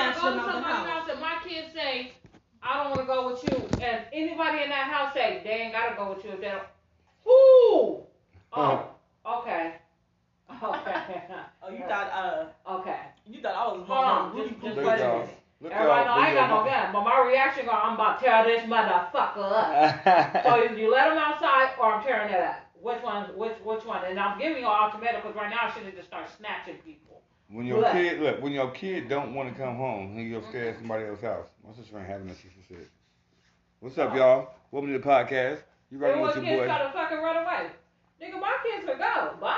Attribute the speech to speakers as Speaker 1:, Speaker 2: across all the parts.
Speaker 1: come to my house and my kids say, I don't wanna go with you, and anybody in that house say, they ain't gotta go with you if they don't. Ooh,
Speaker 2: Uh-huh.
Speaker 1: oh, okay, okay,
Speaker 3: Oh, you thought uh,
Speaker 1: okay.
Speaker 3: you thought I was
Speaker 1: Hold on,
Speaker 3: wrong. You-
Speaker 1: just,
Speaker 3: you-
Speaker 1: just
Speaker 2: Big
Speaker 1: let it
Speaker 2: dog.
Speaker 1: be.
Speaker 2: Look
Speaker 1: Everybody know
Speaker 2: out,
Speaker 1: I ain't got no
Speaker 2: big
Speaker 1: gun, but my reaction going, I'm about to tear this motherfucker up. So
Speaker 2: dog.
Speaker 1: either you let them outside or I'm tearing that up. Which one? Which which one? And I'm giving you an ultimatum because right now I should have just started snatching people.
Speaker 2: When your
Speaker 1: Look.
Speaker 2: kid look, when your kid don't want to come home, he go stay at somebody else's house. My sister ain't having that sister shit. What's up, y'all? Welcome to the podcast. You
Speaker 1: Right
Speaker 2: rocking
Speaker 1: and when
Speaker 2: with your
Speaker 1: kids
Speaker 2: boy.
Speaker 1: try to fucking run away, nigga, my kids will go. Bye.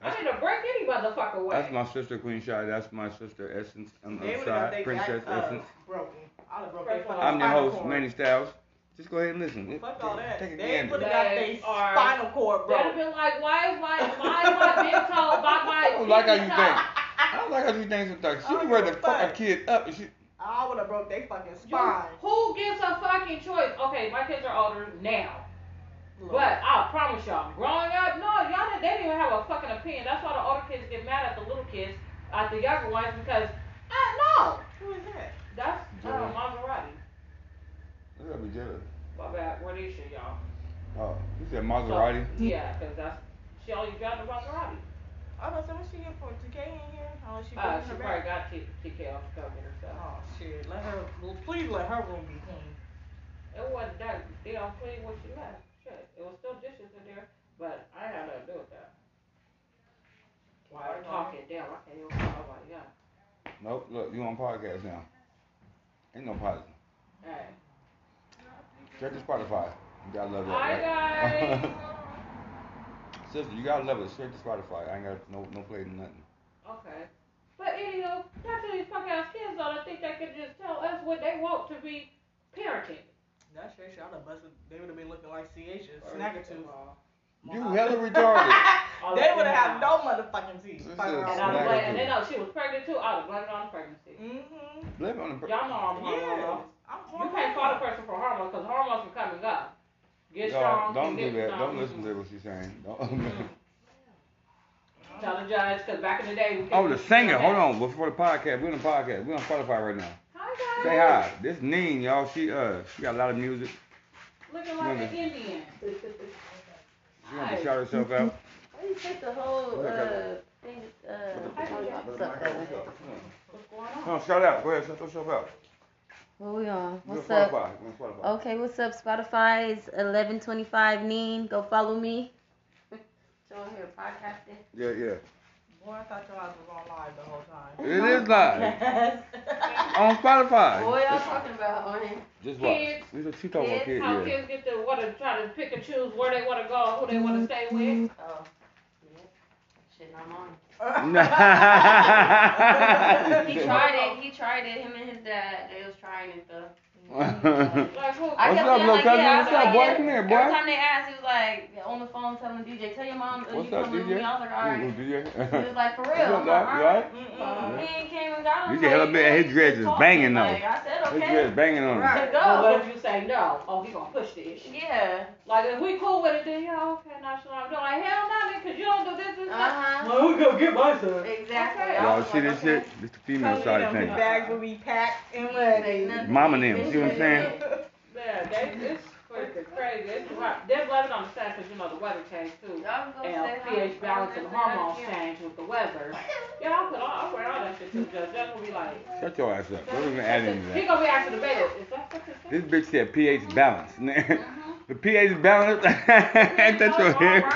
Speaker 1: I
Speaker 2: That's-
Speaker 1: didn't break any motherfucker away.
Speaker 2: That's my sister, Queen Shy. That's my sister, Essence. I'm
Speaker 3: They would have
Speaker 2: outside,
Speaker 3: got uh,
Speaker 2: Princess
Speaker 1: uh,
Speaker 2: Essence.
Speaker 3: broken. I'd have broke
Speaker 1: First
Speaker 3: their
Speaker 1: of all,
Speaker 3: fucking
Speaker 2: I'm your
Speaker 3: spinal
Speaker 2: host,
Speaker 3: cord.
Speaker 2: Manny Styles. Just go ahead and listen.
Speaker 3: Fuck all that.
Speaker 2: Take a
Speaker 3: They would
Speaker 2: gander.
Speaker 3: have got their
Speaker 1: They are-
Speaker 3: spinal cord
Speaker 1: They'd have
Speaker 3: broken.
Speaker 1: been like, why is my why is my big toe by my
Speaker 2: I don't like how you
Speaker 1: pinky
Speaker 2: think.
Speaker 1: toe?
Speaker 2: I don't like how you think
Speaker 1: Oh,
Speaker 2: sometimes.
Speaker 3: I
Speaker 2: She be
Speaker 3: don't
Speaker 2: ready to
Speaker 3: give a
Speaker 2: fuck a
Speaker 3: fuck.
Speaker 2: kid up. And she,
Speaker 3: I would have broke their fucking
Speaker 1: You-
Speaker 3: spine.
Speaker 1: Who gives a fucking choice? Okay, my kids are older now. But I promise y'all, growing up, no, y'all didn't, they didn't even have a fucking opinion. That's why the older kids get mad at the little kids, at the younger ones, because, ah,
Speaker 3: who is that?
Speaker 1: no, that's uh,
Speaker 2: Yeah.
Speaker 1: Maserati.
Speaker 2: look at me, jealous.
Speaker 1: My bad, Rhodesia, y'all.
Speaker 2: Oh, you said Maserati.
Speaker 1: So, yeah, because that's, she only got the Maserati.
Speaker 3: I was gonna say, Oh, what's she here for? TK in here? How is she
Speaker 1: Uh,
Speaker 3: broken
Speaker 1: she
Speaker 3: her
Speaker 1: probably
Speaker 3: back?
Speaker 1: got T- TK off the cover herself.
Speaker 3: Oh shit! Let her. Well, please let her room be clean.
Speaker 1: It wasn't that, they don't clean what she left. Shit, it was still dishes in there, but I ain't had nothing to do with that. Why are talking? Damn, I can't even call nobody up.
Speaker 2: Nope. Look, you on podcast now. Ain't no podcast.
Speaker 1: All right.
Speaker 2: Check the Spotify. You gotta love that.
Speaker 1: Hi,
Speaker 2: right?
Speaker 1: guys.
Speaker 2: Sister, you gotta love it. Straight to Spotify. I ain't got no no play nothing.
Speaker 1: Okay. But anyhow, that's what these fucking ass kids though. I think they could just tell us what they want to be parenting.
Speaker 3: That shit, shit, I'd have busted. They would have been looking like CH and Snackatooth.
Speaker 2: You hella retarded.
Speaker 1: All
Speaker 3: they
Speaker 1: up
Speaker 3: would
Speaker 1: in
Speaker 3: have had
Speaker 1: the
Speaker 3: no
Speaker 1: house.
Speaker 3: motherfucking teeth.
Speaker 2: This
Speaker 3: Fuck
Speaker 2: is
Speaker 1: And
Speaker 3: around.
Speaker 1: I
Speaker 2: Snack
Speaker 1: was
Speaker 2: Snackatooth.
Speaker 1: like, and they know she was pregnant too. I was blaming it on the pregnancy.
Speaker 3: Mhm.
Speaker 2: Blame it on the per-
Speaker 1: Y'all know I'm
Speaker 3: Yeah.
Speaker 1: hormonal.
Speaker 3: I'm
Speaker 1: You can't fault a
Speaker 3: hormonal.
Speaker 1: person for hormones because hormones can come and go. Get
Speaker 2: Y'all,
Speaker 1: strong.
Speaker 2: don't
Speaker 1: and get
Speaker 2: do
Speaker 1: strong.
Speaker 2: that.
Speaker 1: Mm-hmm.
Speaker 2: Don't listen to what she's saying. Don't.
Speaker 1: Tell the judge because back in the day we. couldn't
Speaker 2: oh, the
Speaker 1: do
Speaker 2: singer.
Speaker 1: that.
Speaker 2: Hold on. Before the podcast, we're on the podcast. We're on Spotify right now.
Speaker 1: Hi guys.
Speaker 2: Say hi. This Neen, y'all. She uh, she got a lot of music.
Speaker 1: Looking like an
Speaker 2: Women.
Speaker 1: Indian.
Speaker 2: She gonna be shout herself out.
Speaker 4: Why you take the whole
Speaker 2: Look at
Speaker 4: uh, thing? Uh,
Speaker 1: What's going on?
Speaker 2: No, shout out. Go ahead, shout yourself out.
Speaker 4: what we on?
Speaker 2: We're on
Speaker 4: What's up? Oh.
Speaker 2: Spotify. We're on Spotify.
Speaker 4: Okay, what's up? Spotify is eleven twenty five. Neen, go follow me. Join here podcasting.
Speaker 2: Yeah, yeah.
Speaker 3: Boy, I thought y'all was on live the whole time.
Speaker 2: It is live
Speaker 3: Yes.
Speaker 2: on Spotify.
Speaker 4: What y'all talking about on here?
Speaker 2: Just watch.
Speaker 1: Kids.
Speaker 2: We just she talking about kids.
Speaker 1: How
Speaker 2: Yeah.
Speaker 1: kids get to want to try to pick and choose where they want to go, who they want to stay with.
Speaker 4: Oh, yeah. Shit, I'm on. He tried it. He tried it. Him and his dad, they was trying it though.
Speaker 1: Like who?
Speaker 4: I
Speaker 2: What's up,
Speaker 4: kept saying,
Speaker 2: little
Speaker 4: like,
Speaker 2: cousin?
Speaker 4: yeah, I
Speaker 2: What's
Speaker 4: was
Speaker 2: up,
Speaker 4: like,
Speaker 2: boy?
Speaker 4: yeah.
Speaker 2: Come here,
Speaker 4: Every
Speaker 2: boy.
Speaker 4: time they asked, he was like on the phone telling DJ, "Tell your mom uh,
Speaker 2: What's
Speaker 4: you
Speaker 2: up,
Speaker 4: coming with
Speaker 2: DJ?
Speaker 4: me." I was like, "All
Speaker 2: Mm, You
Speaker 4: right."
Speaker 2: do
Speaker 4: He was
Speaker 2: that?
Speaker 4: like, "For real."
Speaker 2: What's up, doc?
Speaker 4: I'm like,
Speaker 2: You alright?
Speaker 3: Mm-mm.
Speaker 4: Uh, he ain't came and got him.
Speaker 2: You just hella bad. His
Speaker 4: he
Speaker 2: dreads
Speaker 4: just
Speaker 2: is
Speaker 4: talked
Speaker 2: banging,
Speaker 4: to him.
Speaker 2: though.
Speaker 4: Like, I said
Speaker 2: This
Speaker 4: okay.
Speaker 2: just banging on her.
Speaker 4: Right.
Speaker 1: But
Speaker 4: Go.
Speaker 1: what if you say no? Oh, he gonna push the issue.
Speaker 4: Yeah.
Speaker 1: Like if we cool with it, then yeah, okay, not sure. I'm like hell no, because you don't do this and
Speaker 4: Uh
Speaker 1: that.
Speaker 4: huh.
Speaker 1: Well, we gonna get my son.
Speaker 4: Exactly.
Speaker 1: Okay.
Speaker 4: I
Speaker 2: Y'all
Speaker 4: was
Speaker 2: see
Speaker 4: like,
Speaker 2: this
Speaker 4: okay.
Speaker 2: shit? This the female side of
Speaker 3: Them
Speaker 2: things.
Speaker 3: bags will be packed and
Speaker 4: Say
Speaker 3: ready.
Speaker 4: nothing.
Speaker 2: Mama them, see what I'm saying?
Speaker 1: Yeah, they, it's freaking crazy. It's right. They're loving on the side because you know the weather changed too.
Speaker 4: Y'all go
Speaker 1: And
Speaker 4: say
Speaker 1: pH
Speaker 4: hi.
Speaker 1: balance and
Speaker 4: Say
Speaker 1: hormones
Speaker 4: hi.
Speaker 1: change with the weather. Yeah, I put all, I wear all that shit to the judge. That's what we like.
Speaker 2: Shut your ass up. Don't even add any to
Speaker 1: He
Speaker 2: that.
Speaker 1: gonna be asking the bailiff, is that what
Speaker 2: This bitch said pH balance. the pH balance. Ain't that your hair?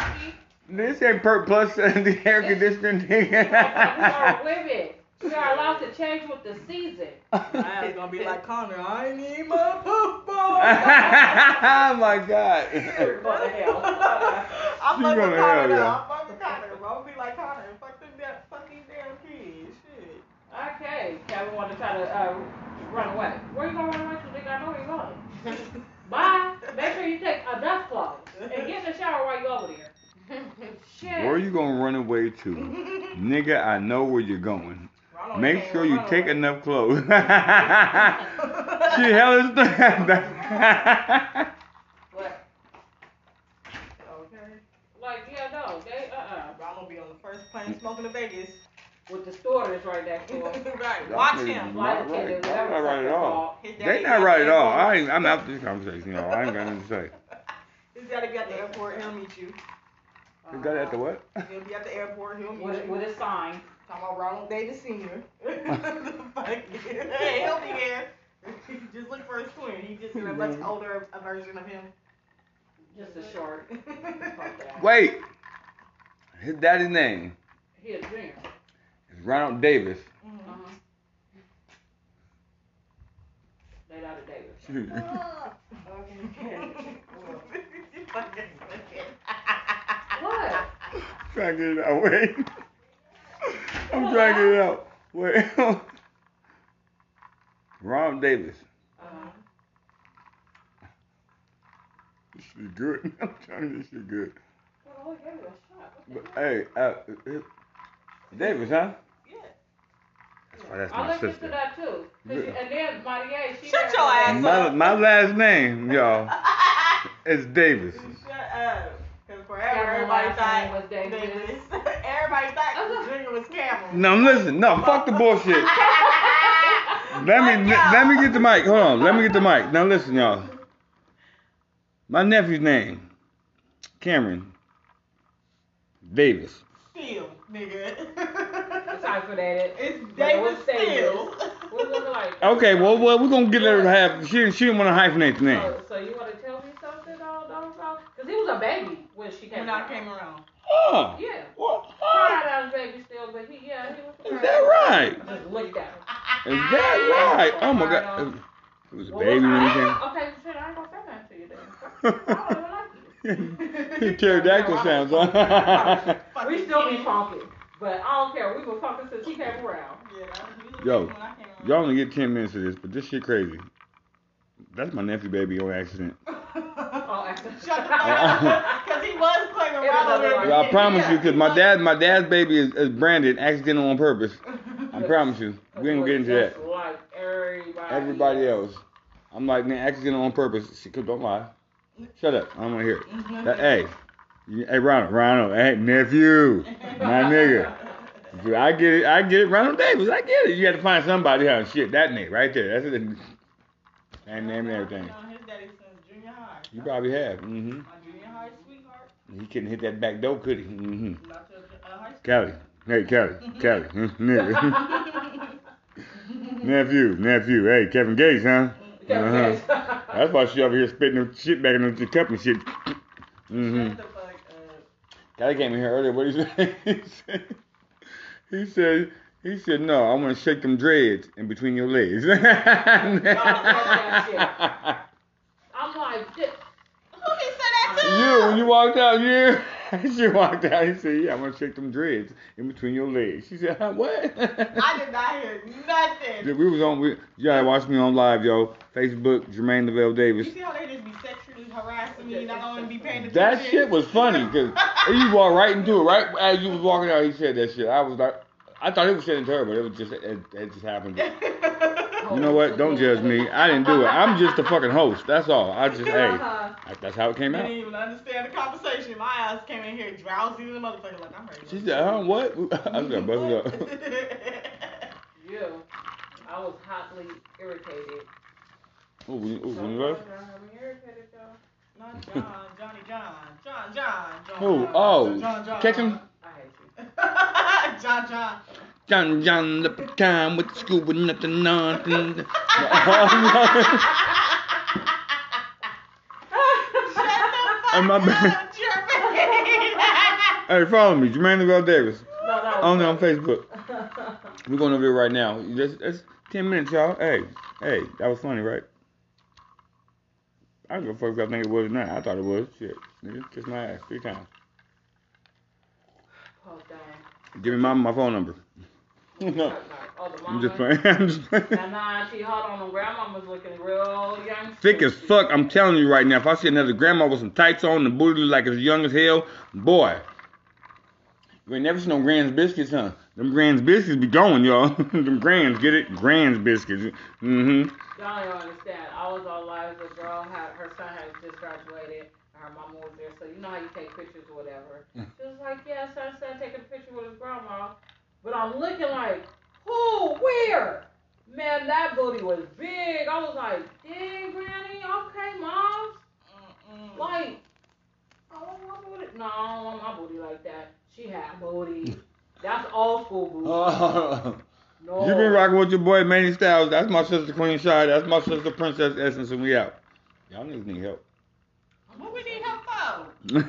Speaker 2: This ain't per plus uh, the air conditioning
Speaker 1: we
Speaker 2: nigga.
Speaker 1: are women. We are allowed to change with the season.
Speaker 3: I was gonna be like Connor. I need my poop
Speaker 2: oh my god.
Speaker 1: Go to hell.
Speaker 3: I'm fucking
Speaker 2: She gonna hell,
Speaker 3: Connor
Speaker 2: yeah.
Speaker 3: though. I'm fucking Connor. bro. I'm gonna be like Connor. Fuck them damn fucking damn kids. Shit.
Speaker 1: Okay, Kevin want to try to uh, run away. Where you going to run away to? Nigga, I know where you going. Bye. Make sure you take enough clothes and get in the shower while you over there.
Speaker 4: Mm-hmm.
Speaker 1: Shit.
Speaker 2: Where you gonna run away to? Nigga, I know where you're going.
Speaker 3: Ronald
Speaker 2: Make
Speaker 3: came
Speaker 2: sure
Speaker 3: with
Speaker 2: you
Speaker 3: Ronald.
Speaker 2: take enough clothes. she hella st-
Speaker 4: What?
Speaker 3: Okay.
Speaker 1: Like, yeah, no. They, uh-uh.
Speaker 2: Mm.
Speaker 3: Ronald be on the first plane smoking to Vegas.
Speaker 1: with the store that's right next door.
Speaker 3: right.
Speaker 2: Y'all
Speaker 3: Watch
Speaker 2: niggas is
Speaker 3: him.
Speaker 2: Not
Speaker 1: Why
Speaker 2: right.
Speaker 1: the
Speaker 2: Y'all
Speaker 1: kid
Speaker 2: not
Speaker 1: never
Speaker 2: right at
Speaker 1: fucking
Speaker 2: all.
Speaker 1: ball?
Speaker 3: His daddy
Speaker 2: They
Speaker 3: got
Speaker 2: not right
Speaker 3: the
Speaker 2: at all.
Speaker 3: airport.
Speaker 2: I ain't, I'm out this conversation, y'all. I ain't got nothing to say.
Speaker 3: His daddy be at the airport. He'll meet you.
Speaker 2: You got it at the what?
Speaker 3: He'll be at the airport. He'll meet
Speaker 1: With,
Speaker 3: you.
Speaker 1: with a sign.
Speaker 3: Talking about Ronald Davis Senior. hey, he'll be there. just look for his twin. He's just in a much older a version of him. Mm-hmm.
Speaker 1: Just a short. Fuck that.
Speaker 2: Wait. His daddy's name
Speaker 1: He a junior.
Speaker 2: is Ronald Davis.
Speaker 1: Uh-huh. They out of Davis.
Speaker 2: Wait,
Speaker 1: What? Uh,
Speaker 2: trying to get it out. Wait. I'm trying to get it out. Wait. Ronald Davis.
Speaker 1: Uh,
Speaker 2: This is good. I'm trying to get shit good.
Speaker 1: well, I gave it a shot. What the
Speaker 2: But,
Speaker 1: hell?
Speaker 2: hey, uh, uh, uh, Davis, huh? That's why Oh, that's
Speaker 1: I
Speaker 2: my
Speaker 1: looked into
Speaker 2: sister.
Speaker 1: that too. 'Cause you-
Speaker 2: Yeah.
Speaker 1: And then Maria, she
Speaker 3: Shut
Speaker 1: married
Speaker 3: your
Speaker 1: her.
Speaker 3: ass
Speaker 2: My,
Speaker 3: up.
Speaker 2: my last name, y'all,
Speaker 3: Yeah.
Speaker 2: is Davis.
Speaker 3: Shut up. Cause forever
Speaker 1: Cameron
Speaker 3: everybody
Speaker 1: last
Speaker 3: thought
Speaker 1: name was Davis.
Speaker 3: Davis. everybody thought Junior was Cameron.
Speaker 2: No, listen, no, fuck the bullshit. Let me let me get the mic. Hold on, let me get the mic. Now listen, y'all. My nephew's name, Cameron Davis.
Speaker 3: Still,
Speaker 1: It's
Speaker 3: nigga.
Speaker 1: time for that.
Speaker 3: it's
Speaker 1: But
Speaker 3: Davis
Speaker 1: what's
Speaker 3: Still.
Speaker 1: What look like?
Speaker 2: Okay, well, well, we're gonna get her to have. She she didn't want to hyphenate the name.
Speaker 1: So, so you want to tell me something all those Because he was a baby when she came.
Speaker 3: When I
Speaker 1: out.
Speaker 3: came around.
Speaker 2: Oh,
Speaker 1: Yeah.
Speaker 2: what?
Speaker 1: Cried out his baby still, but he yeah he was.
Speaker 2: Is that right?
Speaker 1: Just looked at him.
Speaker 2: Is that right? Oh my God, it was a baby when he came.
Speaker 1: Okay, shit, I ain't gonna say nothing to you then. I don't even
Speaker 2: Pterodactyl
Speaker 1: like you.
Speaker 2: sounds. huh?
Speaker 1: We still be talking, but I don't care. We been talking since he came around.
Speaker 3: Yeah, that was-
Speaker 2: Yo,
Speaker 3: when I came around.
Speaker 2: Y'all only get ten minutes of this, but this shit crazy. That's my nephew baby on accident.
Speaker 1: Oh, actually.
Speaker 3: Shut the fuck up. Cause he was playing around with
Speaker 1: Everybody-
Speaker 2: I promise you, cause my dad, my dad's baby is, is branded accidental on purpose. I promise you, oh. we ain't gonna get into that.
Speaker 1: Just Like everybody.
Speaker 2: Everybody else, I'm like, man, accidental on purpose. She, cause don't lie. Shut up. I don't wanna hear it. That- hey, you- hey, Ronald, Ronald, hey, nephew, my nigga. Dude, I get it, I get it. Ronald Davis, I get it. You had to find somebody huh? shit that nigga right there. That's it. Same name and everything.
Speaker 3: No, his daddy since junior high.
Speaker 2: You probably have. Mm-hmm.
Speaker 3: My junior high sweetheart.
Speaker 2: He couldn't hit that back door, could he? Mm-hmm.
Speaker 3: Not your uh, high school.
Speaker 2: Kelly. Hey, Kelly. Kelly. Hmm, Nigga. nephew. Nephew. Hey, Kevin Gates, huh? Uh-huh.
Speaker 1: Uh-huh.
Speaker 2: That's why she over here spitting them shit back into the cup and shit. Mm-hmm.
Speaker 3: Shut the fuck up.
Speaker 2: Kelly came in here earlier. What he say? he said, he said, no, I want to shake them dreads in between your legs. you,
Speaker 1: I'm like, shit.
Speaker 3: Who he said that to?
Speaker 2: when you walked out, you. She walked out. He said, yeah, I want to shake them dreads in between your legs. She said, huh, what?
Speaker 3: I did not hear nothing.
Speaker 2: Yeah, we was on. We, you gotta watch me on live, yo. Facebook, Jermaine Lavelle
Speaker 3: You
Speaker 2: Davis.
Speaker 3: see how they just be sexually harassing me and I don't even be paying attention?
Speaker 2: That shit was funny because you walked right into it. Right as you was walking out, he said that shit. I was like, I thought he was saying it to her, but it was just it, it just happened. You know what? Don't judge me. I didn't do it. I'm just a fucking host. That's all. I just hey,
Speaker 1: Uh-huh.
Speaker 2: that's how it came
Speaker 3: didn't
Speaker 2: out.
Speaker 3: even understand the conversation. My ass came in here drowsy as a motherfucker. Like, I'm ready.
Speaker 2: She said, huh? What? I was gonna bust it up.
Speaker 1: Yeah. I was hotly irritated.
Speaker 2: Ooh, when you- ooh, when you left?
Speaker 1: I'm irritated, though.
Speaker 3: Not John, Johnny John, John John, John.
Speaker 2: Who?
Speaker 3: John,
Speaker 2: Oh,
Speaker 3: John, John.
Speaker 2: catch him.
Speaker 1: I hate you.
Speaker 3: John John.
Speaker 2: John John the pecan with the scuba nothing
Speaker 3: Shut
Speaker 2: nothing.
Speaker 3: the fuck
Speaker 2: And my bad.
Speaker 3: up, Jermaine.
Speaker 2: Hey, follow me, Jermaine Lavelle Davis.
Speaker 1: No, no.
Speaker 2: Only on Facebook. We're going over there right now. That's, that's 10 minutes, y'all. Hey, hey, that was funny, right? I don't give a fuck if I think it was or not. I thought it was. Shit. Nigga, kiss my ass three times.
Speaker 1: Hold on.
Speaker 2: Give me my, my phone number. no,
Speaker 1: Oh, the
Speaker 2: I'm just
Speaker 1: mama.
Speaker 2: playing. I'm just
Speaker 1: Nah,
Speaker 2: playing.
Speaker 1: nah, she hold on. The grandmama's looking real young.
Speaker 2: Thick as fuck, I'm telling you right now. If I see another grandma with some tights on and booty like as young as hell, boy. You ain't never seen no Grand's biscuits, huh? Them Grand's biscuits be going, y'all. Them Grand's, get it? Grand's biscuits. Mm-hmm.
Speaker 1: Y'all don't understand. I was all live. The girl had her son had just graduated. and Her mama was
Speaker 2: Mm.
Speaker 1: there, so you know how you take pictures or whatever. She was like, "Yeah, son, son, taking a picture with his grandma." But I'm looking like, who, where? Man, that booty was big. I was like, dang, granny, okay, mom.
Speaker 3: Mm-mm.
Speaker 1: Like, I don't want my booty. No, I don't want my booty like that. She had booty. That's old school booty.
Speaker 2: Oh,
Speaker 1: no.
Speaker 2: you been rocking with your boy Manny Styles. That's my sister Queen Shy. That's my sister Princess Essence, and we out. Y'all niggas need help.
Speaker 3: What we need help for?
Speaker 2: Y'all